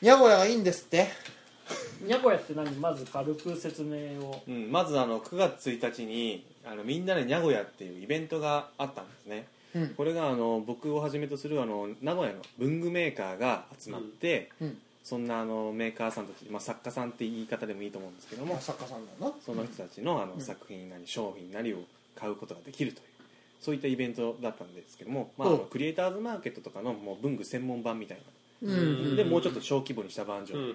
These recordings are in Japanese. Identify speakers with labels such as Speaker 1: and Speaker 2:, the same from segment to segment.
Speaker 1: ニャゴラがいいんですって
Speaker 2: にゃこやって何まず軽く説明を
Speaker 3: うん、まずあの9月1日にあのみんなでにゃごやっていうイベントがあったんですね、
Speaker 1: うん
Speaker 3: これがあの僕をはじめとするあの名古屋の文具メーカーが集まって、
Speaker 1: うん
Speaker 3: そんなあのメーカーさんたち、まあ、作家さんって言い方でもいいと思うんですけども
Speaker 1: 作家さんだよな
Speaker 3: その人たちのあの、
Speaker 1: うん
Speaker 3: 作品なり商品なりを買うことができるというそういったイベントだったんですけども、まあ、あの
Speaker 1: うん
Speaker 3: クリエイターズマーケットとかのもう文具専門版みたい
Speaker 1: うん
Speaker 3: な
Speaker 1: うん
Speaker 3: でもうちょっと小規模にしたバージョン、
Speaker 4: うん
Speaker 3: っ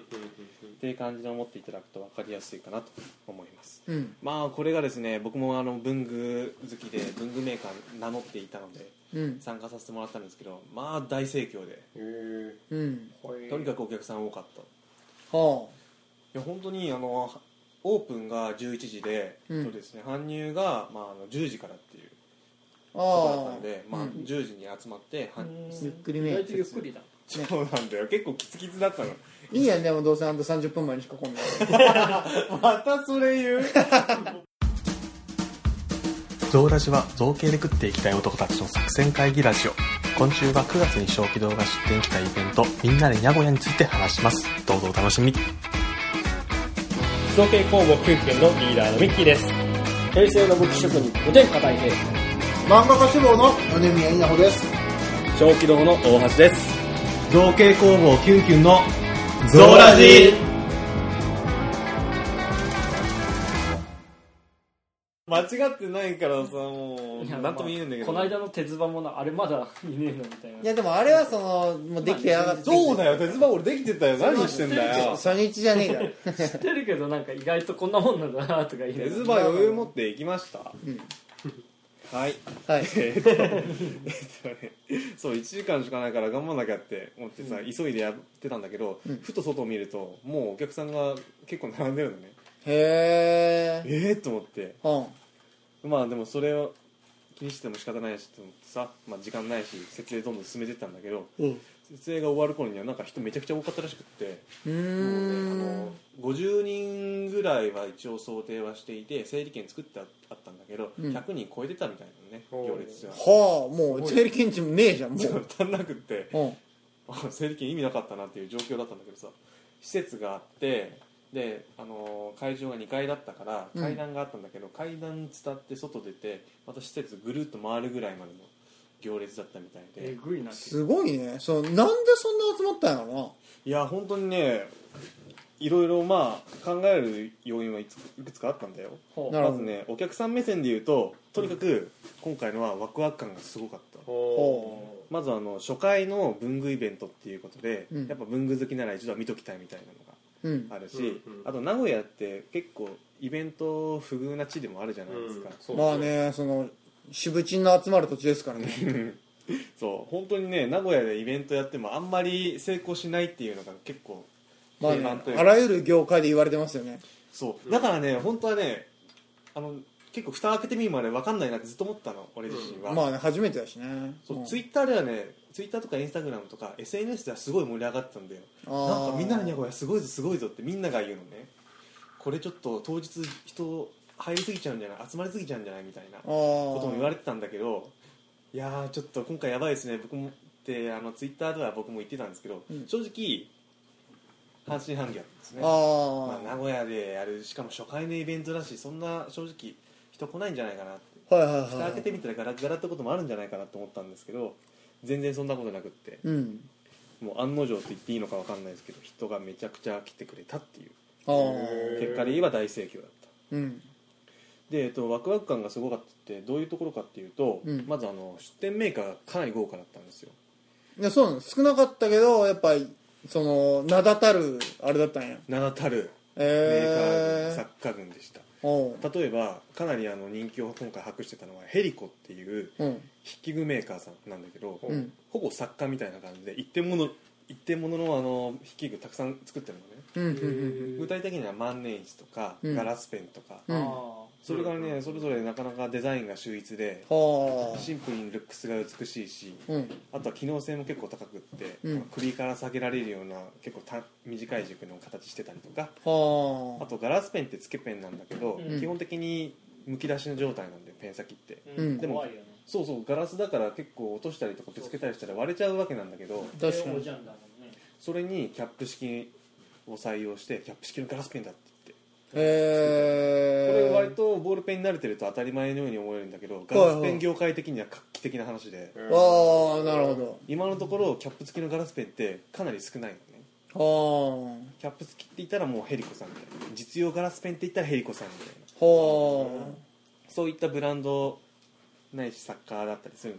Speaker 4: うん
Speaker 3: ていう感じで思っていただくと分かりやすいかなと思います
Speaker 1: うん
Speaker 3: まあこれがですね僕もあの文具好きで文具メーカー名乗っていたので
Speaker 1: うん
Speaker 3: 参加させてもらったんですけどまあ大盛況で
Speaker 4: うんへ
Speaker 1: うん
Speaker 4: え
Speaker 3: とにかくお客さん多かったい
Speaker 1: は
Speaker 3: や本当にあのオープンが11時で、
Speaker 1: うん
Speaker 3: そうですね搬入が、まあ、あの10時からっていう
Speaker 1: あ
Speaker 3: ことだ
Speaker 1: あ
Speaker 3: った
Speaker 1: あ
Speaker 3: のでまあ、
Speaker 1: うん
Speaker 3: 10時に集まって、はん、
Speaker 1: ゆっくりめ
Speaker 2: 意外とゆっくりだ
Speaker 3: そうなんだよ結構キツキツだったの
Speaker 1: いいやんでもどうせあんた30分前にしか来んない
Speaker 3: またそれ言う
Speaker 5: ゾウラジは造形で食っていきたい男たちの作戦会議ラジオ今週は9月に小気道が出展したイベントみんなでニャゴヤについて話しますどうぞお楽しみ
Speaker 4: 造形工房キュンキュンのリーダーのミッキーです
Speaker 2: 平成の武器職人おでんか大平
Speaker 1: 漫画家志望の米宮稲穂です
Speaker 4: 小気道の大橋です
Speaker 3: 造形工房キュンキュンの
Speaker 5: ゾウラジ
Speaker 3: 間違ってないからさもう
Speaker 2: いや
Speaker 3: 何とも言えないんだけど
Speaker 2: まあこの間の鉄馬もなあれまだいねえのみたいない
Speaker 1: やでもあれはそのもうできてやがって
Speaker 3: そうだよ鉄棒俺できてたよ何してんだよ
Speaker 1: 初日じゃねえから
Speaker 2: 知ってるけどなんか意外とこんなもんなんだなとか言いながら
Speaker 3: 鉄棒余裕持っていきました、はい
Speaker 1: はい
Speaker 3: えっと そう1時間しかないから頑張んなきゃって思ってさ、急いでやってたんだけど、ふと外を見るともうお客さんが結構並んでるのね
Speaker 1: へえ
Speaker 3: ええー、と思って
Speaker 1: うん
Speaker 3: まあでもそれを気にしても仕方ないしと思ってさ、まあ、時間ないし設営どんどん進めてったんだけど、
Speaker 1: うん
Speaker 3: 設営が終わる頃にはなんか人めちゃくちゃ多かったらしくって
Speaker 1: う
Speaker 3: あ
Speaker 1: ー
Speaker 3: の
Speaker 1: ん
Speaker 3: 50人ぐらいは一応想定はしていて整理券作ってあったんだけど、
Speaker 1: うん
Speaker 3: 100人超えてたみたいなね
Speaker 4: おー
Speaker 3: 行列が
Speaker 1: はあもう整理券地もねえじゃんもう
Speaker 3: 足んなくって
Speaker 1: うん
Speaker 3: あ 整理券意味なかったなっていう状況だったんだけどさ施設があってで、あのー会場が2階だったから
Speaker 1: うん
Speaker 3: 階段があったんだけど、階段伝って外出てまた施設ぐるっと回るぐらいまでの行列だったみたいで、
Speaker 2: えぐいな
Speaker 1: すごいねそのなんでそんな集まったんやろ
Speaker 3: いや本当にねいろいろまあ考える要因はいついくつかあったんだよ
Speaker 2: ほう
Speaker 1: なる
Speaker 3: ま
Speaker 1: ほど
Speaker 3: ずねお客さん目線で言うととにかく今回のはワクワク感がすごかった
Speaker 1: ほ
Speaker 3: まずあの初回の文具イベントっていうことで、
Speaker 1: うん
Speaker 3: やっぱ文具好きなら一度は見ときたいみたいなのが
Speaker 1: なうん
Speaker 3: あるし、
Speaker 4: うんうん
Speaker 3: あと名古屋って結構イベント不遇な地でもあるじゃないですか、
Speaker 4: そう
Speaker 1: まあねその渋鎮の集まる土地ですから ね
Speaker 3: そう本当にね名古屋でイベントやってもあんまり成功しないっていうのが結構
Speaker 1: まあ
Speaker 3: 定番と
Speaker 1: ね
Speaker 3: いうか
Speaker 1: あらゆる業界で言われてますよね
Speaker 3: そうだからね本当はねあの結構蓋開けてみるまで分かんないなってずっと思ったの俺自身は、
Speaker 1: まあね初めてだしね
Speaker 3: そう
Speaker 1: うん
Speaker 3: ツイッターではねツイッターとかインスタグラムとか SNS ではすごい盛り上がってたんだよ
Speaker 1: あ
Speaker 3: な
Speaker 1: ー
Speaker 3: んかみんなにゃこやすごいぞすごいぞってみんなが言うのねこれちょっと当日人入りすぎちゃうんじゃない集まりすぎちゃうんじゃないみたいな
Speaker 1: あ
Speaker 3: こ
Speaker 1: こと
Speaker 3: も言われてたんだけどいやーちょっと今回やばいですね僕もってあのツイッターでは僕も言ってたんですけど、
Speaker 1: うん
Speaker 3: 正直半信半疑だったんですねま
Speaker 1: あ
Speaker 3: あ、名古屋でやるしかも初回のイベントだしそんな正直人来ないんじゃないかなって
Speaker 1: あはいはいはい
Speaker 3: 蓋開けてみたらガラッガラってこともあるんじゃないかなと思ったんですけど全然そんなことなくって
Speaker 1: うん
Speaker 3: もう案の定と言っていいのかわかんないですけど人がめちゃくちゃ来てくれたっていう
Speaker 1: ああ
Speaker 4: へー
Speaker 3: 結果で言えば大盛況だった
Speaker 1: うん
Speaker 3: で、えっと、ワクワク感がすごかったってどういうところかっていうと、
Speaker 1: うん
Speaker 3: まずあの出店メーカーがかなり豪華だったんですよ
Speaker 1: いやそうなの少なかったけどやっぱりその名だたるあれだったんや
Speaker 3: 名だたるメーカー、
Speaker 1: ええ
Speaker 3: 作家群でした
Speaker 1: ー、おう
Speaker 3: 例えばかなりあの人気を今回博してたのはヘリコっていう
Speaker 1: うん
Speaker 3: 筆記具メーカーさんなんだけど、
Speaker 1: うん
Speaker 3: ほぼ作家みたいな感じで一点もの一点もののあの筆記具たくさん作ってるのね、
Speaker 1: うんうんうん
Speaker 3: 具体的には万年筆とか、
Speaker 1: うん
Speaker 3: ガラスペンとか、
Speaker 1: うん
Speaker 2: あ
Speaker 3: それが
Speaker 4: うんうんう
Speaker 3: ね
Speaker 4: ん
Speaker 3: それぞれなかなかデザインが秀逸で
Speaker 1: は
Speaker 3: シンプルにルックスが美しいし
Speaker 1: あうん
Speaker 3: あとは機能性も結構高くって、
Speaker 1: うん
Speaker 3: 首から下げられるような結構た短い軸の形してたりとかあ
Speaker 1: はあ
Speaker 3: とガラスペンってつけペンなんだけど、
Speaker 2: うん
Speaker 3: 基本的にむき出しの状態なんでペン先って
Speaker 2: ー
Speaker 1: うん
Speaker 2: でも怖いよね
Speaker 3: そうそうガラスだから結構落としたりとかぶつけたりしたら割れちゃうわけなんだけど
Speaker 1: 確か
Speaker 2: 帝王
Speaker 1: に
Speaker 2: じゃんだもんね
Speaker 3: それにキャップ式を採用してキャップ式のガラスペンだって言ってこれ割
Speaker 1: え
Speaker 3: とボールペンに慣れてると当たり前のように思えるんだけどガラスペン業界的には画期的な話で
Speaker 1: ー、ああなるほ
Speaker 3: 今のところキャップ付きのガラスペンってかなり少ないのね
Speaker 1: どは
Speaker 3: キャップ付きって言ったらもうヘリコさんみたいな実用ガラスペンって言ったらヘリコさんみたいな
Speaker 1: あは
Speaker 3: そういったブランドないし作家だったりする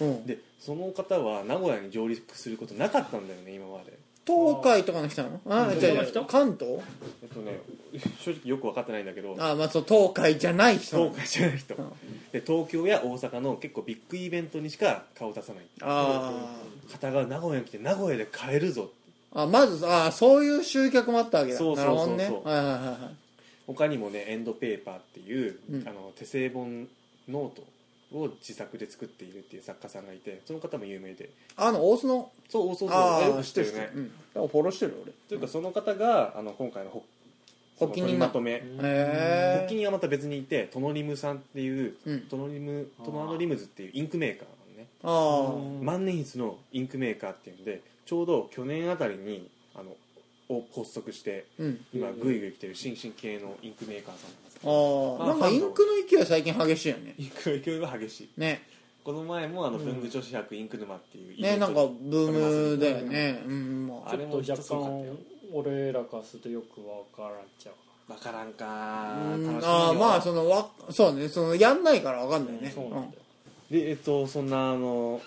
Speaker 3: のよ
Speaker 1: あ、うん、
Speaker 3: でその方は名古屋に上陸することなかったんだよね今まで
Speaker 1: 東海とかの人なのあ
Speaker 2: うん
Speaker 1: じゃあじゃあ
Speaker 2: 人
Speaker 1: 関東
Speaker 3: えっとね正直よく分かってないんだけど
Speaker 1: あまあそう東海じゃない人なの
Speaker 3: 東海じゃない人
Speaker 1: うん
Speaker 3: で東京や大阪の結構ビッグイベントにしか顔出さない
Speaker 1: あ
Speaker 3: 方が名古屋に来て名古屋で買えるぞ
Speaker 1: ーあまずあーそういう集客もあったわけだ
Speaker 3: そうそうそうそう
Speaker 1: なるほどねはいはいはいはい
Speaker 3: 他にもねエンドペーパーっていう、
Speaker 1: うん
Speaker 3: あの手製本ノートを自作で作っているっていう作家さんがいてその方も有名で
Speaker 1: あの大須の
Speaker 3: そうそうそう
Speaker 1: ああ
Speaker 3: よく知ってる
Speaker 1: 知っ
Speaker 3: ね
Speaker 1: てるうん多分フォローしてるよ俺
Speaker 3: というかその方があの今回のほその
Speaker 1: 発起人
Speaker 3: 取りまとめ
Speaker 1: へ
Speaker 3: 発起人はまた別にいてトノリムさんっていう、
Speaker 1: うん
Speaker 3: トノリムトノアノリムズっていうインクメーカーなのね
Speaker 1: ああ
Speaker 3: 万年筆のインクメーカーっていうんでちょうど去年あたりにあのを発足して
Speaker 1: うん
Speaker 3: 今グイグイ来てる新進系のインクメーカーさんなんです
Speaker 1: あー
Speaker 3: まあ
Speaker 1: なんかインクの勢い最近激しいよね
Speaker 3: インクの勢いが激しい
Speaker 1: ね
Speaker 3: この前もあの文具女子博インク沼っていうイベ
Speaker 1: ね
Speaker 3: ン
Speaker 1: な
Speaker 3: ト
Speaker 1: ん
Speaker 3: に
Speaker 1: かブームだよねうんまあ
Speaker 3: あれも
Speaker 2: ちょっと
Speaker 3: 一つ
Speaker 2: 若
Speaker 3: 良かっ
Speaker 2: 干俺らからするとよくわからんちゃう
Speaker 3: わからんか
Speaker 1: うん
Speaker 3: 楽しみよ
Speaker 1: あーまあそのわそうねそのやんないからわかんないよね
Speaker 2: そうなんだよ
Speaker 3: でえっとそんなあの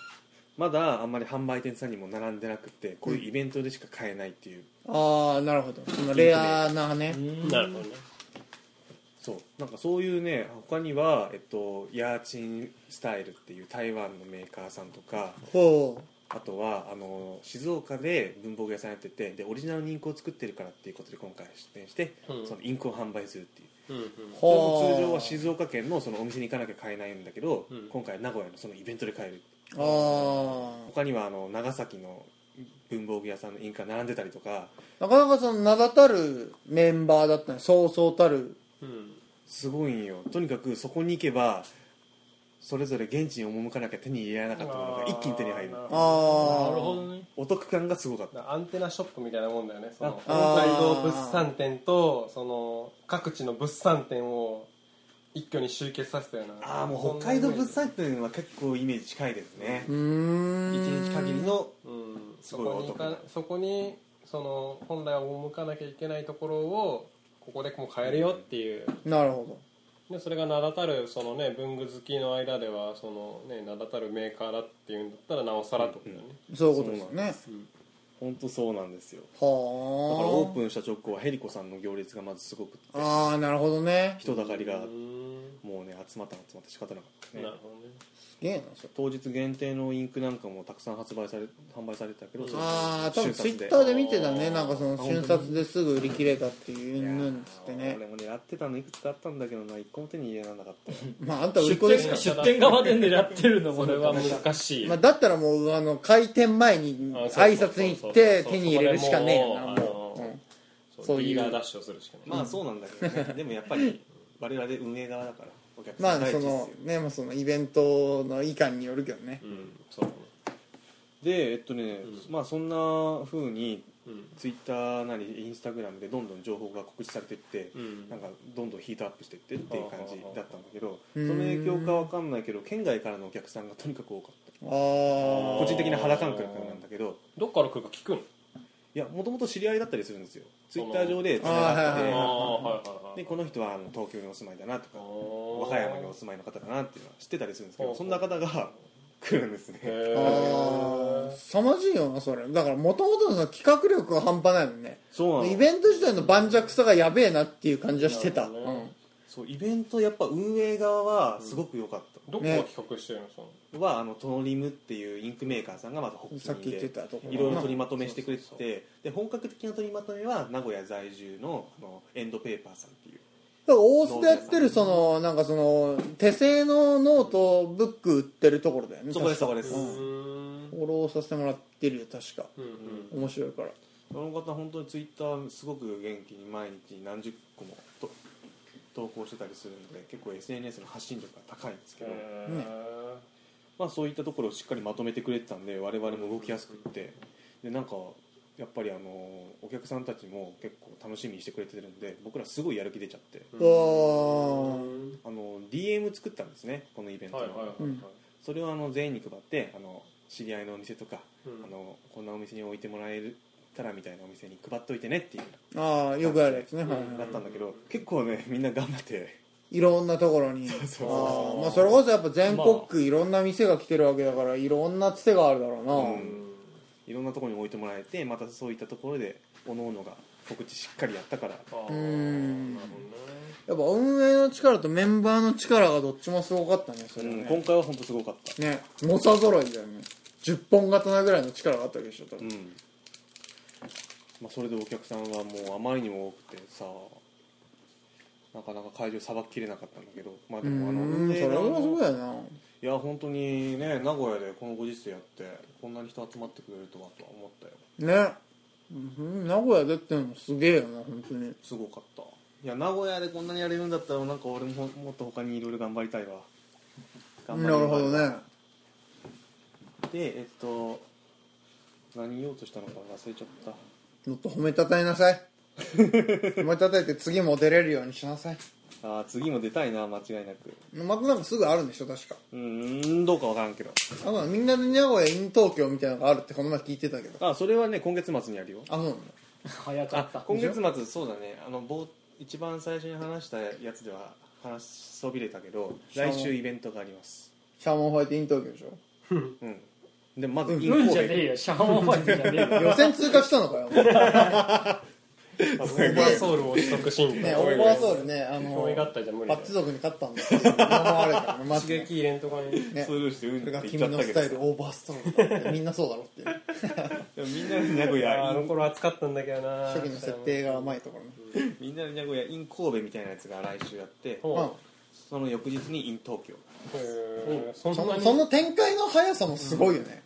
Speaker 3: まだあんまり販売店さんにも並んでなくてこういうイベントでしか買えないっていう、
Speaker 1: うんああなるほどそのレアなね
Speaker 4: なるほどね
Speaker 3: そうなんかそういうね他にはえっとヤーチンスタイルっていう台湾のメーカーさんとか
Speaker 1: ほ
Speaker 3: あとはあの静岡で文房具屋さんやっててでオリジナルのインクを作ってるからっていうことで今回出店して、
Speaker 4: うん
Speaker 3: そのインクを販売するっていう
Speaker 4: うんうん
Speaker 1: う
Speaker 3: それも
Speaker 1: ほう
Speaker 3: 通常は静岡県のそのお店に行かなきゃ買えないんだけど、
Speaker 4: うん
Speaker 3: 今回名古屋のそのイベントで買える
Speaker 1: ああ
Speaker 3: 他にはあの長崎の文房具屋さんのインカ並んでたりとか
Speaker 1: なかなかその名だたるメンバーだったねそうそうたる
Speaker 4: うん
Speaker 3: すごいんよとにかくそこに行けばそれぞれ現地に赴かなきゃ手に入れられなかったものが一気に手に入る
Speaker 4: あー
Speaker 1: ああ
Speaker 2: なるほどね
Speaker 3: お得感がすごかった
Speaker 4: だからアンテナショップみたいなもんだよねその北
Speaker 1: あ
Speaker 4: 海道物産展とその各地の物産展を一挙に集結させたような
Speaker 3: ああもう北海道物産展は結構イメージ近いですね
Speaker 1: うー
Speaker 3: 一
Speaker 1: ん
Speaker 3: 日限りの
Speaker 4: うん
Speaker 3: す
Speaker 4: そ
Speaker 3: ごい
Speaker 4: こに
Speaker 3: お
Speaker 4: 行
Speaker 3: 得な
Speaker 4: かそこにその本来は赴かなきゃいけないところをここでもう買えるよっていう、
Speaker 1: なるほ
Speaker 4: でそれが名だたるそのね文具好きの間ではそのね名だたるメーカーだっていうんだったらなおさらってことだよね、
Speaker 1: どそういうことですね
Speaker 3: 本当そうなんですよだからオ
Speaker 1: は
Speaker 3: ープンした直後はヘリコさんの行列がまずすごくて
Speaker 1: あああなるほどね
Speaker 3: 人だかりが
Speaker 4: うーん
Speaker 3: もうね集まった集まって仕方なかったね
Speaker 4: なるほどね
Speaker 1: すげえなそれ
Speaker 3: 当日限定のインクなんかもたくさん発売され販売されてたけどそれ
Speaker 1: ああ多分
Speaker 3: 瞬
Speaker 1: ツイ
Speaker 3: 殺
Speaker 1: ッ
Speaker 3: で
Speaker 1: ターで見てたね
Speaker 4: あー
Speaker 1: なんかその瞬殺ですぐ売り切れたっていううんぬんっつって
Speaker 3: いやー
Speaker 1: ね
Speaker 3: 俺も狙ってたのいくつかあったんだけどな一個も手に入れられなかった
Speaker 1: まああんた売り子ですか
Speaker 2: 出店側で狙ってるのも俺は難し
Speaker 1: ら、
Speaker 2: い
Speaker 1: まあ、だったらもうあの開店前に
Speaker 4: あそう
Speaker 1: 挨拶に行って
Speaker 4: そう
Speaker 1: 手
Speaker 4: そうそう
Speaker 1: に入れるしかねえよな
Speaker 4: そこで
Speaker 1: も
Speaker 4: も
Speaker 1: う
Speaker 4: うあ
Speaker 1: う
Speaker 4: の
Speaker 1: んそ
Speaker 4: そうう
Speaker 1: いう
Speaker 4: リーダーダッシュをするしかない、
Speaker 3: まあそうなんだけ どねでもやっぱり我々運営側だからお客
Speaker 1: ま
Speaker 3: さ
Speaker 1: あ
Speaker 3: ん第一
Speaker 1: そ
Speaker 3: ですよ
Speaker 1: のねまあそのイベントのいかんによるけどね
Speaker 4: うんそうだね
Speaker 3: でえっとね
Speaker 4: うん
Speaker 3: まあそんな風に
Speaker 4: うん
Speaker 3: ツイッターなりインスタグラムでどんどん情報が告知されていって
Speaker 4: うん
Speaker 3: なんかどんどんヒートアップしていってっていう感じだったんだけどそ
Speaker 1: うん
Speaker 3: の影響かわかんないけど県外からのお客さんがとにかく多かった
Speaker 1: ああ
Speaker 3: 個人的な肌感覚なんだけど
Speaker 4: どっから来るか聞くの
Speaker 3: いやもともと知り合いだったりするんですよツイッター上でつな
Speaker 1: あーはいはい
Speaker 3: がっ
Speaker 4: はいはいは
Speaker 3: てでこの人はあの東京にお住まいだなとか和
Speaker 4: 和
Speaker 3: 歌山にお住まいの方だなっていうのは知ってたりするんですけど
Speaker 4: ほう
Speaker 3: そんな方が来るんですね
Speaker 1: あー凄まじいよなそれだからもともとのその企画力が半端ないもんね
Speaker 3: そうな
Speaker 1: イ
Speaker 3: の
Speaker 1: ベント自体の盤石さがやべえなっていう感じはしてた、
Speaker 4: なるほどね
Speaker 3: そうイベントやっぱ運営側はすごく良かった、
Speaker 4: どこが企画してるのその
Speaker 3: はあのトノリムっていうインクメーカーさんがまず
Speaker 1: うん、
Speaker 3: 発
Speaker 1: さっ
Speaker 3: 起
Speaker 1: き言
Speaker 3: 人
Speaker 1: って
Speaker 3: で
Speaker 1: たとこ
Speaker 3: いろいろ
Speaker 1: な
Speaker 3: 取りまとめしてくれて
Speaker 4: そうそ
Speaker 3: てで本格的な取りまとめは名古屋在住のあのエンドペーパーさんっていう
Speaker 1: だから大須でやってるそのなんかその手製のノートブック売ってるところだよね
Speaker 3: そこです
Speaker 1: 確
Speaker 3: そ
Speaker 1: か
Speaker 3: こです、
Speaker 1: う
Speaker 4: うんん
Speaker 1: フォローさせてもらってるよ確か
Speaker 4: うん
Speaker 1: 面白いから
Speaker 3: その方本当にツイッターすごく元気に毎日何十個もと投稿してたりするので結構 SNS の発信力が高いんですけど、
Speaker 4: へ
Speaker 3: まあ、そういったところをしっかりまとめてくれてたんで我々も動きやすくってでなんかいややっぱりあのお客さんたちも結構楽しみにしてくれてるんで僕らすごいやる気出ちゃって
Speaker 1: あー
Speaker 3: あの DM 作ったんですねこのイベントの、
Speaker 4: はいはいはいはい、
Speaker 1: うん
Speaker 3: それをあの全員に配ってあの知り合いのお店とか、
Speaker 4: うん
Speaker 3: あのこんなお店に置いてもらえたらみたいなお店に配っといてねっていう
Speaker 1: あーよくあるやつね、はい
Speaker 3: だ
Speaker 1: は
Speaker 3: ったんだけど、結構ね みんな頑張って
Speaker 1: い、いろんなところに
Speaker 3: そう
Speaker 1: あーまあ、それこそやっぱ全国区いろんな店が来てるわけだからいろんなつてがあるだろうな、
Speaker 3: うんいろんなところに置いてもらえてまたそういったところで各々が告知しっかりやったから
Speaker 4: あー
Speaker 1: うん
Speaker 4: なるほどね
Speaker 1: やっぱ運営の力とメンバーの力がどっちもすごかったねそれは
Speaker 3: うん
Speaker 1: ね、
Speaker 3: 今回は本当すごかった、
Speaker 1: ね猛者揃いだよね10本刀ぐらいの力があったわけでしょ多
Speaker 3: う
Speaker 1: 分、
Speaker 3: んまあ、それでお客さんはもうあまりにも多くてさなかなか会場さばききれなかったんだけどまあでもあの
Speaker 1: うーん
Speaker 3: 運
Speaker 1: そ
Speaker 3: 営
Speaker 1: れ
Speaker 3: 側
Speaker 1: はすごい
Speaker 3: の
Speaker 1: よない
Speaker 3: や本当にね名古屋でこのご時世やってこんなに人集まってくれるとはとは思ったよ
Speaker 1: ねうん名古屋でってのもすげえよな本当に
Speaker 3: すごかったいや名古屋でこんなにやれるんだったらなんか俺ももっと他にいろいろ頑張りたいわ頑張
Speaker 1: な
Speaker 3: りたい
Speaker 1: るほどね
Speaker 3: でえっと何言おうとしたのか忘れちゃった
Speaker 1: もっと褒めたたえなさい褒めたたえて次も出れるようにしなさい
Speaker 3: ああ次も出たいな間違いなく
Speaker 1: またなんかすぐあるんでしょ確か
Speaker 3: うーんどうかわからんけど
Speaker 1: あまあみんなで名古屋 in 東京みたいなのがあるってこの前聞いてたけど
Speaker 3: あそれはね今月末にやるよ
Speaker 1: あそうなんだ
Speaker 2: 早か
Speaker 3: あ
Speaker 2: った
Speaker 3: 今月末そうだねあのぼう一番最初に話したやつでは話しそびれたけど来週イベントがあります
Speaker 1: シャーマンホワイト in 東京でしょ
Speaker 3: うんでまずイン
Speaker 2: うん
Speaker 3: 神
Speaker 2: じ
Speaker 3: 戸
Speaker 2: ゃねえよシャーマンファイトじゃねえよ
Speaker 1: 予選通過したのかよ ね
Speaker 4: オーバーソウルを取得進化
Speaker 1: オーバーソウルねあ
Speaker 4: 可愛がった
Speaker 1: の
Speaker 4: じゃ無理
Speaker 1: パ
Speaker 4: だ
Speaker 1: ッチ
Speaker 4: よ
Speaker 1: 族に勝ったんだっていうのもあるからねマジ
Speaker 4: 刺
Speaker 1: で
Speaker 4: 激入れんとかに
Speaker 1: ね
Speaker 3: スルーしてうん
Speaker 1: それ
Speaker 3: っ
Speaker 1: が
Speaker 3: て言
Speaker 1: 君
Speaker 3: っちゃっ
Speaker 1: の
Speaker 3: たけ
Speaker 1: ス
Speaker 3: ど
Speaker 1: タイルオーバーストーンだってみんなそうだろっていう
Speaker 3: でもみんなで名古
Speaker 4: あー
Speaker 3: 屋
Speaker 4: あ
Speaker 3: イ
Speaker 4: の
Speaker 3: ン
Speaker 4: 頃暑かったんだけどな
Speaker 1: 初期の設定が甘いところね
Speaker 3: みんなで名古屋イン神戸みたいなやつが来週やって
Speaker 4: ほう
Speaker 1: うん
Speaker 3: その翌日にイン東京
Speaker 4: へーそ
Speaker 1: そ
Speaker 4: んな
Speaker 1: の
Speaker 4: に
Speaker 1: その展開の速さもすごいよね、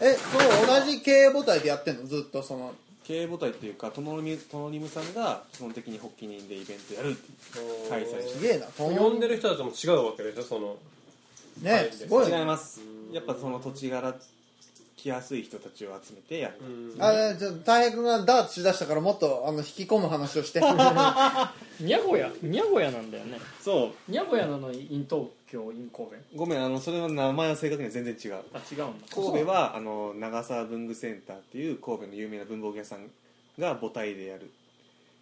Speaker 1: えその同じ経営母体でやってんのずっとその
Speaker 3: 経営母体っていうかトノリムトノリムさんが基本的に発起人でイベントやるって開催
Speaker 1: す
Speaker 3: し
Speaker 1: げえな
Speaker 4: 呼んでる人たちも違うわけでしょその
Speaker 1: ねすごい
Speaker 3: 違い
Speaker 1: ね
Speaker 3: ますやっぱその土地柄来やすい人たちを集めてやる
Speaker 1: あじゃあ大平君がダーツしだしたからもっとあの引き込む話をして
Speaker 2: にゃごやにゃごやなんだよね
Speaker 3: そ
Speaker 2: にゃごやなのにイン東京イン神戸
Speaker 3: うごめんあのそれは名前は正確には全然違う
Speaker 2: あ違うんだ
Speaker 3: 神戸はあの長沢文具センターっていう神戸の有名な文房具屋さんが母体でやる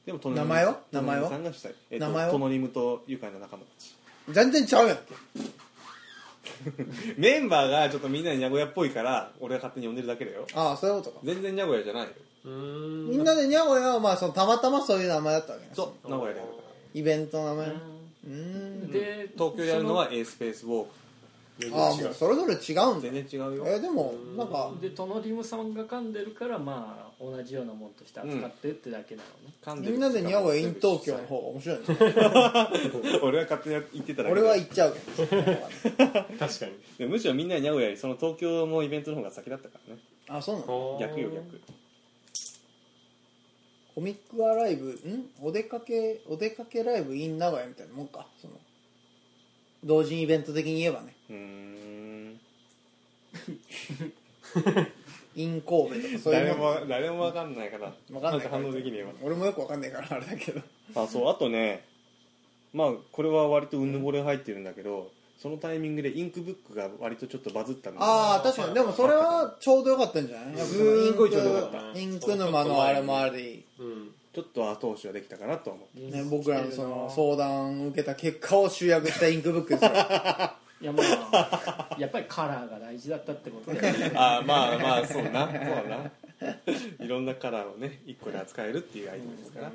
Speaker 3: でもトノリム
Speaker 1: 名前は
Speaker 3: トノリムさんが主体、えっと
Speaker 1: 名前は
Speaker 3: トノリムと愉快な仲間たち
Speaker 1: 全然ちゃうやんけ
Speaker 3: メンバーがちょっとみんなに名古屋っぽいから俺が勝手に呼んでるだけだよ
Speaker 1: ああそういうことか
Speaker 3: 全然名古屋じゃないよ
Speaker 4: うーん
Speaker 1: みんなでニャゴヤはまあそのたまたまそういう名前だったわけね
Speaker 3: そう名古屋でやるから
Speaker 1: イベントの名前うーん
Speaker 2: で
Speaker 3: 東京でやるのは A スペースウォーク
Speaker 1: ああもうそれぞれ違うんだ
Speaker 3: 全然違うよ
Speaker 1: えでもなんか
Speaker 2: でトノリムさんが噛んでるからまあ同じようなもんとして扱ってってだけなのね、
Speaker 3: 噛
Speaker 1: みんなでニャゴヤイン東京の方が面白いね
Speaker 3: 俺は勝手に言ってただけ
Speaker 1: 俺
Speaker 3: で
Speaker 1: は行っちゃうけど
Speaker 4: 確かに
Speaker 3: でむしろみんなに名古屋よりその東京のイベントの方が先だったからね
Speaker 1: あそうなの
Speaker 3: 逆よ逆
Speaker 1: コミックアライブんお出かけお出かけライブ in 名古屋みたいなもんかその同人イベント的に言えばね
Speaker 3: うーん
Speaker 1: in 神戸とかそうい
Speaker 3: 誰
Speaker 1: う
Speaker 3: も
Speaker 1: もん
Speaker 3: 誰も分かんないから
Speaker 1: わかんない
Speaker 3: まず反応できねえわ
Speaker 1: 俺もよくわかんないからあれだけど
Speaker 3: あそうあとねまあこれは割とうぬぼれ入ってるんだけどそのタイミングでインクブックが割とちょっとバズったの
Speaker 1: ああ確かにでもそれはちょうどよかったんじゃないやっぱそのインク
Speaker 3: すごいちょうどよか
Speaker 4: った
Speaker 1: インク沼のあれもあり
Speaker 4: うん
Speaker 3: ちょっと後押しはできたかなとは思う
Speaker 1: ね、僕らのその相談を受けた結果を集約したインクブックですよ
Speaker 2: いやまあやっぱりカラーが大事だったってことで
Speaker 3: ああまあまあそうなそうないろんなカラーをね一個で扱えるっていうアイテムですから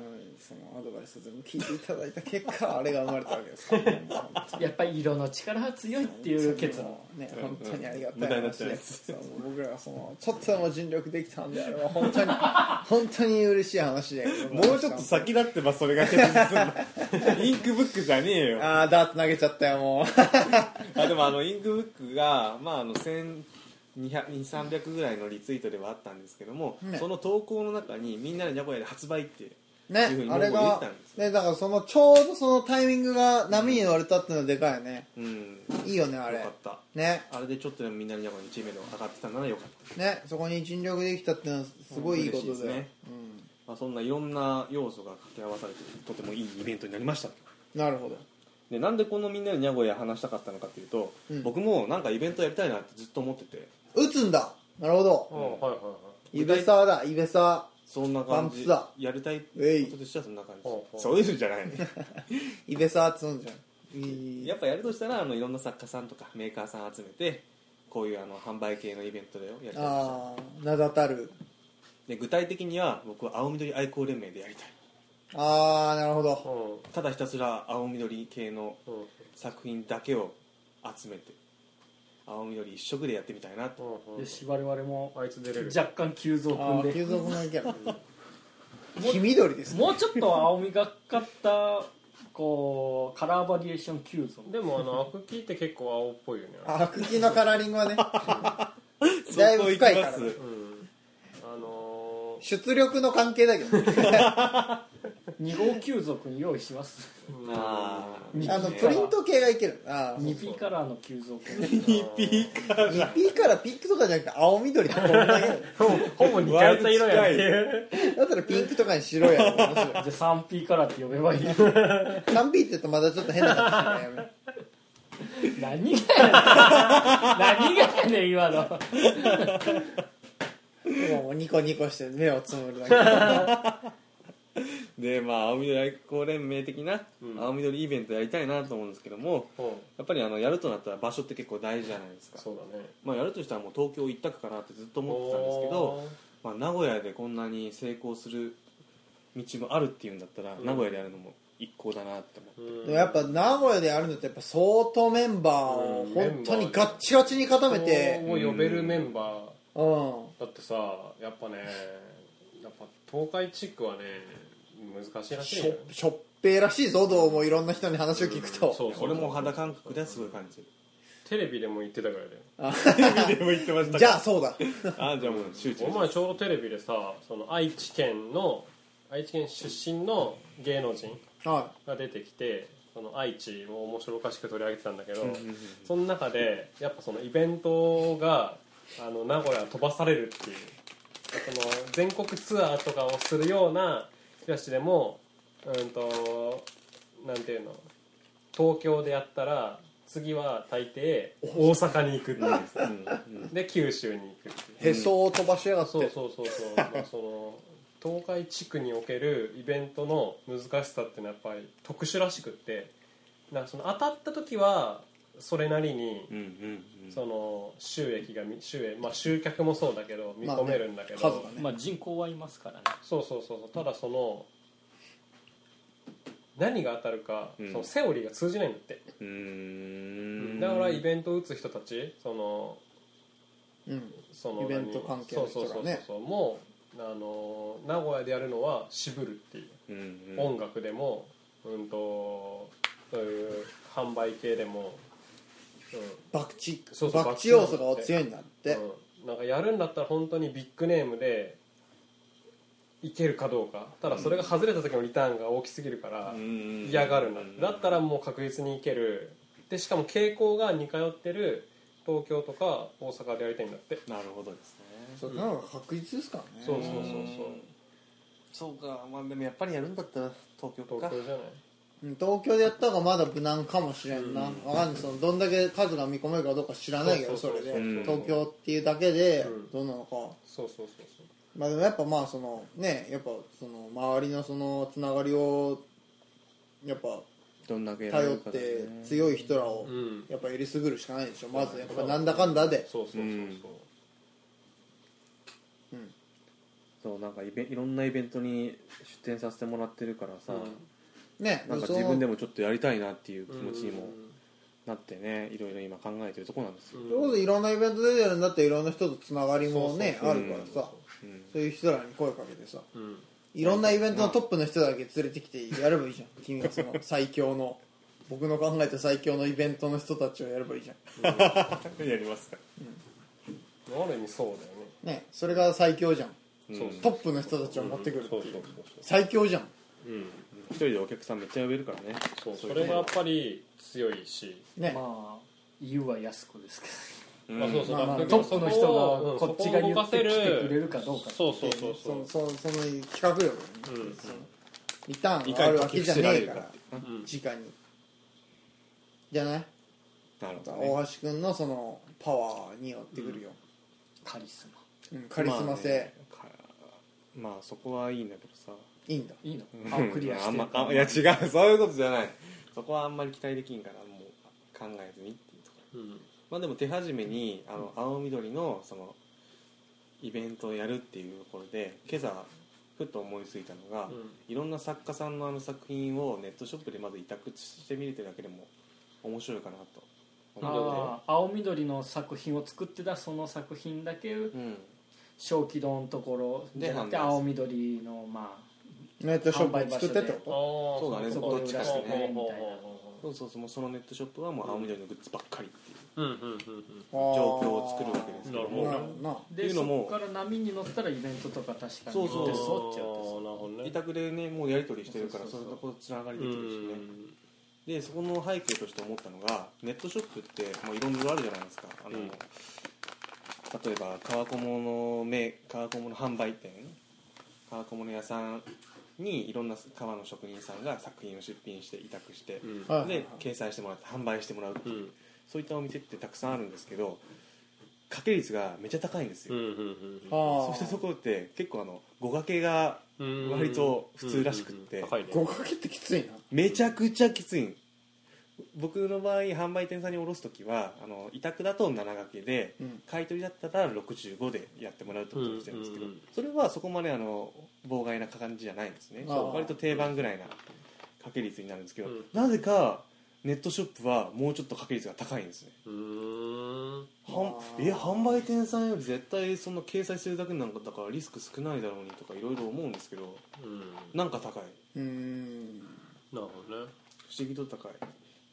Speaker 1: そのアドバイスを全部聞いていただいた結果あれが生まれたわけですからね
Speaker 2: やっぱり色の力は強いっていう結論
Speaker 1: ね本当にありが
Speaker 3: 無
Speaker 1: た
Speaker 3: 駄
Speaker 1: い
Speaker 3: になっ
Speaker 1: 話
Speaker 3: ちゃう
Speaker 1: で
Speaker 3: や
Speaker 1: すそう僕らがそのちょっとでも尽力できたんであれば本当に本当に嬉しい話で
Speaker 3: もうちょっと先だってばそれが結実すんだ インクブックじゃねえよ
Speaker 1: ああダーツ投げちゃったよも
Speaker 3: あでもあのインクブックが、まあ、あの12001300ぐらいのリツイートではあったんですけども、
Speaker 1: ね
Speaker 3: その投稿の中に「みんなで名古屋で発売」って
Speaker 1: ね
Speaker 3: いうふうに
Speaker 1: あれ
Speaker 3: 文言出
Speaker 1: が
Speaker 3: てたんですよ
Speaker 1: ねだからそのちょうどそのタイミングが波に乗れたっていうのはでかいよね
Speaker 3: うん
Speaker 1: いいよねあ
Speaker 3: よ
Speaker 1: れ
Speaker 3: かった
Speaker 1: ね
Speaker 3: あれでちょっとでもみんなにやっぱ1名でも上がってたならよかった、
Speaker 1: ねそこに尽力できたっていうのはすごいいいことだよ、
Speaker 3: うん嬉しいですねまあ、そんないろんな要素が掛け合わされてとてもいいイベントになりました
Speaker 1: うんなるほど
Speaker 3: でなんでこのみんなでにゃごや話したかったのかっていうと、
Speaker 1: うん
Speaker 3: 僕もなんかイベントやりたいなってずっと思ってて
Speaker 1: 打つんだなるほ
Speaker 4: あ
Speaker 1: ど
Speaker 4: はいはいはい
Speaker 1: イベサーだイベサ
Speaker 3: そんな感
Speaker 1: パン
Speaker 3: じ
Speaker 1: ツだ
Speaker 3: やりたいこ
Speaker 1: えい
Speaker 3: ととしてはそんな感じ
Speaker 4: ほうほう
Speaker 3: そういうんじゃない
Speaker 1: ーイベサーっつ うんじゃんいい
Speaker 3: やっぱやるとしたらあのいろんな作家さんとかメーカーさん集めてこういうあの販売系のイベントだよやりたいなと
Speaker 1: ああ名だたる
Speaker 3: で具体的には僕は青緑愛好連盟でやりたい
Speaker 1: ああなるほど
Speaker 4: う
Speaker 3: ただひたすら青緑系の
Speaker 4: んうん
Speaker 3: 作品だけを集めて青緑一色でやってみたいなと
Speaker 4: うんうん
Speaker 2: よし我々も
Speaker 4: あいつ出れる
Speaker 2: 若干急増
Speaker 1: あ
Speaker 2: 君
Speaker 1: あ急
Speaker 2: で
Speaker 1: 速なキ ャラ黄緑ですね
Speaker 2: もうちょっと青みがかったこうカラーバリエーション急増
Speaker 4: でもあのアクキーって結構青っぽいよね
Speaker 1: あくきのカラーリングは ね だいぶ深いから
Speaker 3: そこ行き
Speaker 4: う
Speaker 3: ま
Speaker 4: んあの
Speaker 1: 出力の関係だけど ね
Speaker 2: 2号急増君用意し ます
Speaker 4: ーうん
Speaker 3: あー
Speaker 2: 二
Speaker 1: あのプリント系がいけるああ
Speaker 2: 2P カラーの急増君
Speaker 1: 2 p からピンクとかじゃなくて青緑ってこんだけだよ
Speaker 4: ほぼ似通った色やんっていう
Speaker 1: だったらピンクとかに白やろ面白い
Speaker 2: じゃあ 3P カラーって呼べば いい
Speaker 1: 3P って言うとまたちょっと変な感じになる
Speaker 2: 何がやねん何がやねん今の
Speaker 1: やめろもうニコニコして目をつむるだけ
Speaker 3: でまあ青緑愛好連盟的な
Speaker 4: うん
Speaker 3: 青緑イベントやりたいなと思うんですけども
Speaker 4: うん
Speaker 3: やっぱりあのやるとなったら場所って結構大事じゃないですか
Speaker 4: そうだね
Speaker 3: まあやるとしたらもう東京一択かなってずっと思ってたんですけどまあ、名古屋でこんなに成功する道もあるっていうんだったら、
Speaker 4: うん
Speaker 3: 名古屋でやるのも一向だなって思う、
Speaker 4: うん
Speaker 1: でもやっぱ名古屋でやるのってやっぱ相当メンバーを本当にガッチガチに固めて
Speaker 4: もう呼べるメンバー
Speaker 1: うん
Speaker 4: だってさやっぱねやっぱ東海地区はね難しいらし
Speaker 1: し
Speaker 4: いよ
Speaker 1: ょしょっぺーらしいぞどうもいろんな人に話を聞くと、
Speaker 4: そうそうそう
Speaker 3: 俺も肌感覚ですごい感じる
Speaker 4: テレビでも言ってたぐらいだよ
Speaker 3: でも言ってまし
Speaker 1: じゃあそうだ
Speaker 3: あじゃあもう集中
Speaker 4: お前ちょうどテレビでさその愛知県の愛知県出身の芸能人
Speaker 1: は
Speaker 4: が出てきてその愛知を面白おかしく取り上げてたんだけど、
Speaker 3: うんうん
Speaker 4: その中でやっぱそのイベントがあの名古屋飛ばされるっていうその全国ツアーとかをするような人たちでもうんとなんていうの東京でやったら次は大抵大阪に行くっていう
Speaker 3: うんうん
Speaker 4: で九州に行くっていう
Speaker 1: いへそを飛ばしやがって
Speaker 4: そうそうそうそう、まあ、その東海地区におけるイベントの難しさっていうのはやっぱり特殊らしくってなんかその当たった時はそれなりに
Speaker 3: うんうんうん
Speaker 4: その収益がみ収益、まあ、集客もそうだけど見込めるんだけど、
Speaker 1: まあね数がね
Speaker 2: まあ人口はいますからね
Speaker 4: そうそうそうそうただその何が当たるか、
Speaker 3: うん
Speaker 4: そのセオリーが通じないんだって、
Speaker 3: うーん
Speaker 4: だからイベントを打つ人たちその
Speaker 1: うん、
Speaker 4: その
Speaker 1: イベント関係の人
Speaker 4: そうそ
Speaker 1: が
Speaker 4: うそう
Speaker 1: ね
Speaker 4: そうもうあの名古屋でやるのは渋るっていう
Speaker 3: うんうん
Speaker 4: 音楽でも、うん、とそういう販売系でも、う
Speaker 1: バクチ
Speaker 4: そうそう
Speaker 1: バクチ要素が強いんだって、
Speaker 4: んうんなんかやるんだったら本当にビッグネームでいけるかどうかただそれが外れた時のリターンが大きすぎるから
Speaker 3: うんうんうん
Speaker 4: 嫌がるな、だったらもう確実にいけるでしかも傾向が似通ってる東京とか大阪でやりたいんだって
Speaker 3: なるほどですね
Speaker 1: それなんか確実ですからね
Speaker 4: そうそうそ
Speaker 3: そ
Speaker 4: う
Speaker 3: うかまあでもやっぱりやるんだったら東京
Speaker 4: そう東京じゃない
Speaker 1: うん東京でやった方がまだ無難かもしれんな、わかんないそのどんだけ数が見込めるかどうか知らないけどそ
Speaker 4: そ
Speaker 1: う
Speaker 4: そう
Speaker 1: れ
Speaker 4: そう
Speaker 1: で、
Speaker 3: うん
Speaker 1: 東京っていうだけで
Speaker 4: うん
Speaker 1: どうなのか、
Speaker 4: そうそうそうそう
Speaker 1: まあでもやっぱまあそのねやっぱその周りのそのつながりをやっぱ
Speaker 3: どんだけや
Speaker 1: 頼
Speaker 3: る
Speaker 1: っ
Speaker 3: かだね
Speaker 1: て強い人らを
Speaker 4: うん
Speaker 1: やっぱえりすぐるしかないでしょまずやっぱなんだかんだで
Speaker 4: そうそうそうそう、
Speaker 3: そうなんかイベいろんなイベントに出展させてもらってるからさ、
Speaker 1: ね
Speaker 3: なんか
Speaker 1: そ
Speaker 3: 自分で
Speaker 1: の
Speaker 3: もちょっとやりたいなっていう気
Speaker 4: うん
Speaker 3: 持ちにもなってねいろいろ今考えてるとこなんですよ、
Speaker 1: それこそいろんなイベント出てるんだっていろんな人とつながりもね
Speaker 4: そう
Speaker 1: あ
Speaker 4: そう
Speaker 1: る
Speaker 4: そう
Speaker 1: からさ
Speaker 3: うん
Speaker 1: そういう人らに声かけてさ
Speaker 4: うん
Speaker 1: いろんなイベントのトップの人だけ連れてきてやればいいじゃん君はその最強の僕の考えた最強のイベントの人たちをやればいいじゃん
Speaker 3: やりますか
Speaker 4: ある意味そうだよね
Speaker 1: ねそれが最強じゃん
Speaker 3: うん
Speaker 4: そうそう
Speaker 1: トップの人たちを持ってくるって
Speaker 4: そう
Speaker 1: い
Speaker 4: そう
Speaker 1: う
Speaker 4: そう
Speaker 1: 最強じゃん
Speaker 4: そううん
Speaker 3: 一人でお客さんめっちゃ呼べるからね
Speaker 4: そうそれがやっぱり強いし
Speaker 1: ね
Speaker 2: まあ言うは安子ですけ
Speaker 4: まあそうそう
Speaker 1: まあまあ
Speaker 4: だから
Speaker 2: どトップの人
Speaker 4: うん
Speaker 2: がこっちが
Speaker 4: そ
Speaker 2: 言
Speaker 4: 動か
Speaker 2: って
Speaker 4: せ
Speaker 2: き
Speaker 4: る
Speaker 2: てくれるかどうか
Speaker 4: そうそうそ
Speaker 1: そ
Speaker 4: うそうう
Speaker 1: そうその企画力ね
Speaker 4: うん
Speaker 1: そのリターン
Speaker 3: い
Speaker 1: があ
Speaker 3: かに
Speaker 1: るわけ
Speaker 3: 隠
Speaker 1: じゃ
Speaker 3: せ
Speaker 1: ね
Speaker 3: られ
Speaker 1: え
Speaker 3: る
Speaker 1: か
Speaker 3: からっていう
Speaker 1: 直にじゃない
Speaker 3: なるほどね
Speaker 1: 大橋君のそのパワーに寄ってくるよ、
Speaker 2: カリスマ
Speaker 1: うんカリスマ性、
Speaker 3: まあねかまあそこはいいんだけどさ
Speaker 1: いいんだ
Speaker 2: いいの
Speaker 3: うん
Speaker 2: あクリアして
Speaker 3: あん
Speaker 2: る
Speaker 3: まあいや違うそういうことじゃないそこはあんまり期待できんからもう考えずにっていうところ
Speaker 4: うん
Speaker 3: まあでも手始めにあの青緑のそのイベントをやるっていうところで今朝ふと思いついたのが、いろんな作家さんのあの作品をネットショップでまず委託してみるってだけでも面白いかなと思
Speaker 2: あー青緑の作品を作ってたその作品だけ
Speaker 3: って、うん、
Speaker 2: 小気道のところじゃなくて
Speaker 3: で販売する
Speaker 2: 青緑のま
Speaker 1: ネットショップ作ってって
Speaker 4: ああ
Speaker 1: こ
Speaker 3: そうだね
Speaker 2: そ
Speaker 3: そ
Speaker 2: こ
Speaker 3: こ
Speaker 2: で
Speaker 3: どっちか
Speaker 2: 出
Speaker 3: し
Speaker 2: してて
Speaker 3: ね
Speaker 2: ねみたいな
Speaker 3: そうそうそうもうそのネットショップはもう青緑のグッズばっかりっていう
Speaker 4: うんうんうん
Speaker 1: と
Speaker 3: 状況を作るわけですけど
Speaker 4: なる
Speaker 3: も
Speaker 4: ほ
Speaker 1: な
Speaker 4: ど
Speaker 1: るほどな
Speaker 2: で
Speaker 3: いうのも
Speaker 2: そこから波に乗ったらイベントとか確かに
Speaker 3: そ
Speaker 2: 持
Speaker 3: う
Speaker 2: って
Speaker 3: そ
Speaker 2: そうう
Speaker 4: あ
Speaker 2: っ
Speaker 4: ー
Speaker 2: ちゃう
Speaker 4: なるほどね
Speaker 3: 委託でねもうやり取りしてるから
Speaker 2: そ
Speaker 3: そう
Speaker 2: そう
Speaker 3: れ
Speaker 2: そう
Speaker 3: とこうつながり
Speaker 4: う
Speaker 3: できるしね
Speaker 4: ん
Speaker 3: でそこの背景として思ったのがネットショップってもういろいろあるじゃないですかあの、
Speaker 4: うん
Speaker 3: 例えば革小物のメー革小物の販売店革小物屋さんにいろんな革の職人さんが作品を出品して委託して
Speaker 4: う、ん
Speaker 1: はいはい
Speaker 3: で掲載してもらって販売してもらう、
Speaker 4: うん
Speaker 3: そういったお店ってたくさんあるんですけど掛け率がめちゃ高いんです
Speaker 4: うんう
Speaker 3: よ、
Speaker 4: ん
Speaker 1: あー
Speaker 3: そしてそこって結構あの語掛けが
Speaker 4: うんうん
Speaker 3: 割と普通らしくって
Speaker 4: うんうんうん高
Speaker 1: 5
Speaker 4: いね
Speaker 1: かけってきついな
Speaker 3: めちゃくちゃきついん僕の場合販売店さんに卸す時はあの委託だと7掛けで
Speaker 1: うん
Speaker 3: 買い取りだったら65でやってもらうってことにしてるんですけど、
Speaker 4: うんうんうん
Speaker 3: それはそこまであの妨害な感じじゃないんですね
Speaker 1: ああ
Speaker 3: 割と定番ぐらいな掛け率になるんですけど、
Speaker 4: うん
Speaker 3: なぜかネットショップはもうちょっと掛け率が高いんですね
Speaker 4: うーん
Speaker 3: は
Speaker 1: あ
Speaker 3: ん
Speaker 1: ー
Speaker 3: え販売店さんより絶対そんな掲載するだけなんかだからリスク少ないだろうにとかいろいろ思うんですけど
Speaker 4: うん
Speaker 3: なんか高いう
Speaker 1: ーん
Speaker 4: なるほどね
Speaker 3: 不思議と高いっ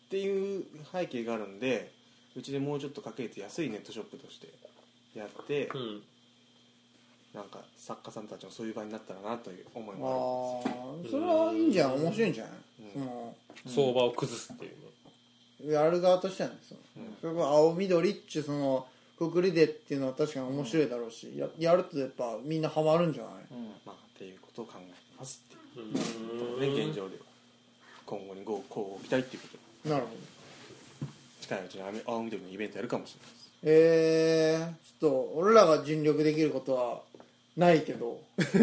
Speaker 3: ていう背景があるんでうちでもうちょっとかけて安いネットショップとしてやって、
Speaker 4: うん
Speaker 3: なんか作家さんたちのそういう場になったらなという思い
Speaker 1: あ
Speaker 3: も
Speaker 1: ーそれはいいんじゃん面白いんじゃない、
Speaker 3: うん
Speaker 1: その
Speaker 4: 相場を崩すっていうね
Speaker 1: やる側としてはねその、
Speaker 3: うん
Speaker 1: それこそ青緑っちゅうそのくくりでっていうのは確かに面白いだろうし、ややるとやっぱみんなハマるんじゃない、
Speaker 2: うん
Speaker 3: あるまあっていうことを考えてますっていうう、
Speaker 4: ん
Speaker 3: ね現状では今後にこうこう期待っていうことで
Speaker 1: なるほど
Speaker 3: 近いうちに青青緑のイベントやるかもしれないです
Speaker 1: えー、ちょっと俺らが尽力できることはないけど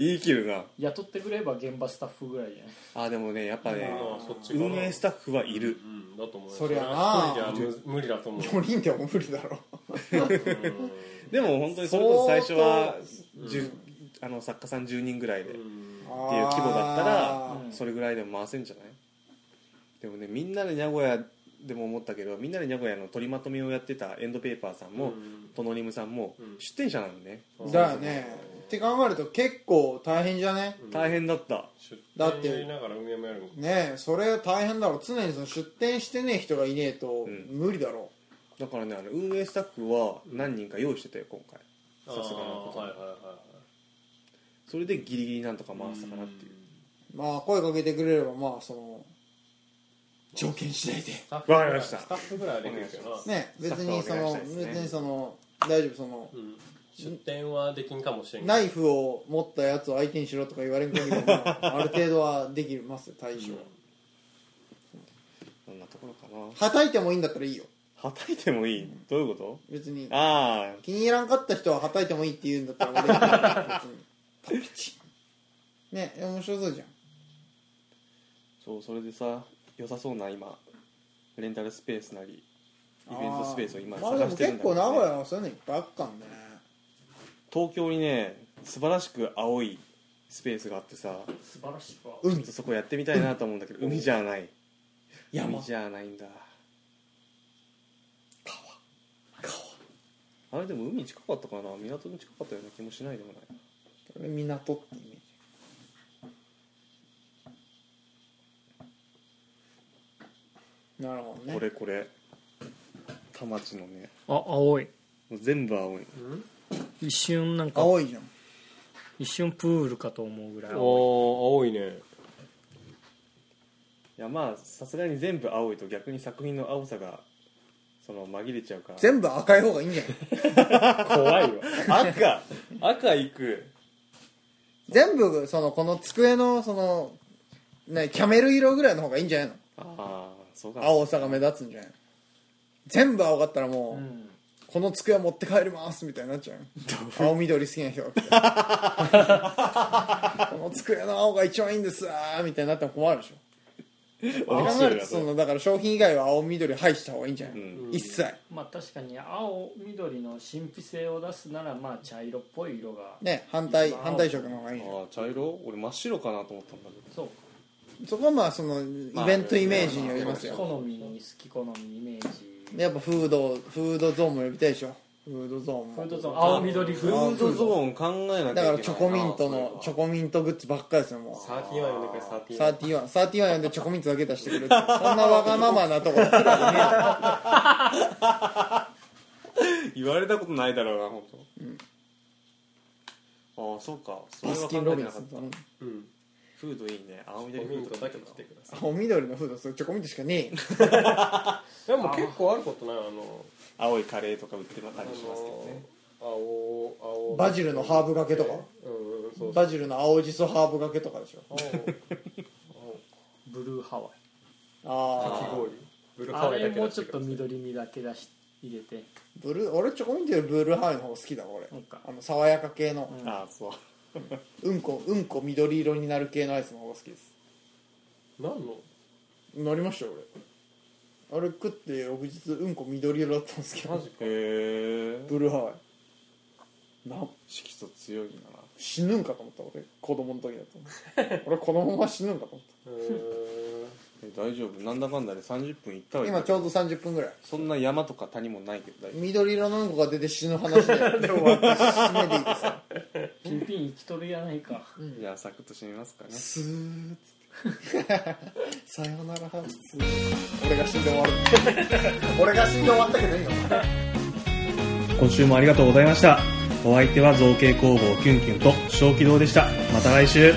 Speaker 3: 言い 切るな
Speaker 2: 雇ってくれば現場スタッフぐらいじゃない
Speaker 3: あーでもねやっぱね
Speaker 4: まあそっちかな
Speaker 3: 運営スタッフはいる
Speaker 4: うんだと思うよ
Speaker 1: そりゃな
Speaker 4: 一人じゃ無無理だと思う
Speaker 1: 4人でも無理だろ
Speaker 3: でも本当にそれこそ最初は
Speaker 4: 当
Speaker 3: 10あの作家さん10人ぐらいで、
Speaker 4: うん
Speaker 1: って
Speaker 3: いう規模だったら
Speaker 2: うん
Speaker 3: それぐらいでも回せんじゃないでもねみんなで名古屋でも思ったけどみんなで名古屋の取りまとめをやってたエンドペーパーさんも、
Speaker 4: うん
Speaker 3: トノリムさんも
Speaker 4: うん
Speaker 3: 出店者なのね、
Speaker 1: だよねって考えると結構大変じゃね
Speaker 3: 大変だった
Speaker 4: 出店
Speaker 1: だって
Speaker 4: やりながら運営もやるの
Speaker 1: ねえそれ大変だろ常にその出店してねえ人がいねえと
Speaker 3: ん
Speaker 1: 無理だろ
Speaker 3: だからねあの運営スタッフは何人か用意してたよ今回
Speaker 4: あー
Speaker 3: さすがのこと
Speaker 4: はいはいは
Speaker 3: それでギリギリなんとか回
Speaker 4: い
Speaker 3: したかなっていう
Speaker 1: まあ声かけてくれればまあその条件次第で
Speaker 4: わか
Speaker 3: わかりました
Speaker 4: スタッフぐらいはできるけどな
Speaker 1: ねえ別に
Speaker 3: スタ
Speaker 1: そ
Speaker 3: ッフはお
Speaker 1: の
Speaker 3: 願いしたいですね
Speaker 1: 別にその大丈夫その
Speaker 4: うん出店はできんかもしれんけど
Speaker 1: ナイフを持ったやつを相手にしろとか言われん限りはま あある程度はできますよ対処は
Speaker 3: そんなところかな
Speaker 1: はたいてもいいんだったらいいよ
Speaker 3: はたいてもいいどういうこ
Speaker 1: 別に
Speaker 3: とああ
Speaker 1: 気に入らんかった人ははたいてもいいって言うんだったら俺 は別にパチッねえ面白そうじゃん
Speaker 3: そうそれでさ良さそうな今レンタルスペースなりイベントスペースを今
Speaker 1: あーまあ
Speaker 3: 探してるんだけどね
Speaker 1: でも結構名古屋はそういうのいっぱいあっかんね
Speaker 3: 東京にね素晴らしく青いスペースがあってさ
Speaker 2: 素晴らしいわ
Speaker 3: ちょっとそこやってみたいなと思うんだけど海じゃない
Speaker 1: 山
Speaker 3: 海じゃないんだ川川あれでも海近かったかな港に近かったような気もしないでもない
Speaker 1: これ港ってイメージなるほどね
Speaker 3: これこれ田町のね
Speaker 2: あ青い
Speaker 3: もう全部青いの
Speaker 2: 一瞬なん
Speaker 1: 青いじゃん
Speaker 2: 一瞬プールかと思うぐらい青い
Speaker 4: お青いね
Speaker 3: いやまあさすがに全部青いと逆に作品の青さがその紛れちゃうから
Speaker 1: 全部赤い方がいいんじゃない
Speaker 4: 怖いわ
Speaker 3: 赤赤いく
Speaker 1: 全部そのこの机のそのねキャメル色ぐらいの方がいいんじゃないの
Speaker 3: ああそうか
Speaker 1: 青さが目立つんじゃないの全部青かったらもう、
Speaker 2: うん
Speaker 1: この机は持って帰りますみたいになっちゃうよ青緑好きな人が来てこの机の青が一番いいんですわーみたいになっても困るでしょ考
Speaker 3: 面白
Speaker 1: え
Speaker 3: い
Speaker 1: る
Speaker 3: な
Speaker 1: と
Speaker 3: そ
Speaker 1: そ
Speaker 3: れ
Speaker 1: のだから商品以外は青緑廃した方がいいんじゃない、
Speaker 3: うん
Speaker 1: 一切
Speaker 2: まあ確かに青緑の神秘性を出すならまあ茶色っぽい色が
Speaker 1: ね反対
Speaker 2: まあ
Speaker 1: 反対色の方がいいじゃん
Speaker 3: ああ茶色俺真っ白かなと思ったんだけど
Speaker 2: そう
Speaker 1: そこはまあそのイベントイメージによりますよ、
Speaker 2: 好みに好き好みイメージ
Speaker 1: でやっぱフードフードゾーンも呼びたいでしょフードゾーン
Speaker 2: フ
Speaker 1: も
Speaker 2: ードゾーン青緑
Speaker 3: フ
Speaker 2: 風
Speaker 3: ードゾーン考えなきゃいけな
Speaker 1: だ
Speaker 3: い
Speaker 1: からチョコミントのチョ
Speaker 3: コ
Speaker 1: コミントグッズばっかりですよもう
Speaker 4: サーティワン読んでくれサーティワン
Speaker 1: 31 31呼んでチョコミントだけ出してくれるっていうそんなわがままなところ来るわけねえよ
Speaker 3: 言われたことないだろうな本当、ああそうかそれ
Speaker 1: バス
Speaker 3: は考
Speaker 1: キ
Speaker 3: え
Speaker 1: ン
Speaker 3: て
Speaker 1: ロビ
Speaker 3: な
Speaker 1: ン
Speaker 3: か
Speaker 1: ス
Speaker 3: った
Speaker 1: の
Speaker 4: うん
Speaker 3: フードいいね青
Speaker 4: コ
Speaker 3: 緑フ
Speaker 4: ミ
Speaker 3: ー
Speaker 4: ン
Speaker 3: ド
Speaker 4: トだけ来てください
Speaker 1: 青緑のフードそれチョコミントしかねえよ
Speaker 4: でも結構あることないあの
Speaker 3: 青いカレーとか売ってた
Speaker 4: あ
Speaker 3: りしますけどね
Speaker 4: の青青
Speaker 1: バジルのハーブがけとか
Speaker 4: うんうんそうそう
Speaker 1: バジルの青じそハーブがけとかでしょ
Speaker 4: 青
Speaker 2: ブルーハワイ
Speaker 1: あ
Speaker 4: かき
Speaker 1: あ
Speaker 4: 氷ブルーハ
Speaker 2: あ
Speaker 4: ワイだ
Speaker 2: れ
Speaker 4: け
Speaker 2: も
Speaker 4: 出
Speaker 2: うち
Speaker 4: し
Speaker 2: ょって
Speaker 4: くだ
Speaker 2: と
Speaker 4: さい
Speaker 2: 緑みだけ出し入れて
Speaker 1: ブルー俺チョコミントよりブルーハワイの方が好きだわ俺
Speaker 2: そうか
Speaker 1: あの爽やか系の
Speaker 2: うん
Speaker 3: ああそう
Speaker 1: うんこうんこ緑色になる系のアイスの方が好きです
Speaker 4: 何の
Speaker 1: なりましたよ俺あれ食って翌日うんこ緑色だったんですけ
Speaker 4: マ
Speaker 1: ど
Speaker 4: ジか
Speaker 3: へえ
Speaker 1: ブルーハワイな
Speaker 3: 色素強いんだな
Speaker 1: 死ぬんかと思った俺子供の時だと俺このまま死ぬんかと思っ
Speaker 4: うーん
Speaker 3: え大丈夫なんだかんだで30分いった
Speaker 1: た
Speaker 3: わ
Speaker 1: 今ちょうど30分ぐらい
Speaker 3: そんな山とか谷もないけど大丈
Speaker 1: 緑色のうんこが出て死ぬ話で で終わって締めでいいですよ
Speaker 2: ピンピン生きとるやないか
Speaker 3: 夫じゃあサクッと締めますかね
Speaker 1: スーッつってさよならハウス俺が死んで終 わる俺が死んで終わったけどいいの
Speaker 5: 今週もありがとうございましたお相手は造形工房キュンキュンと小気道でしたまた来週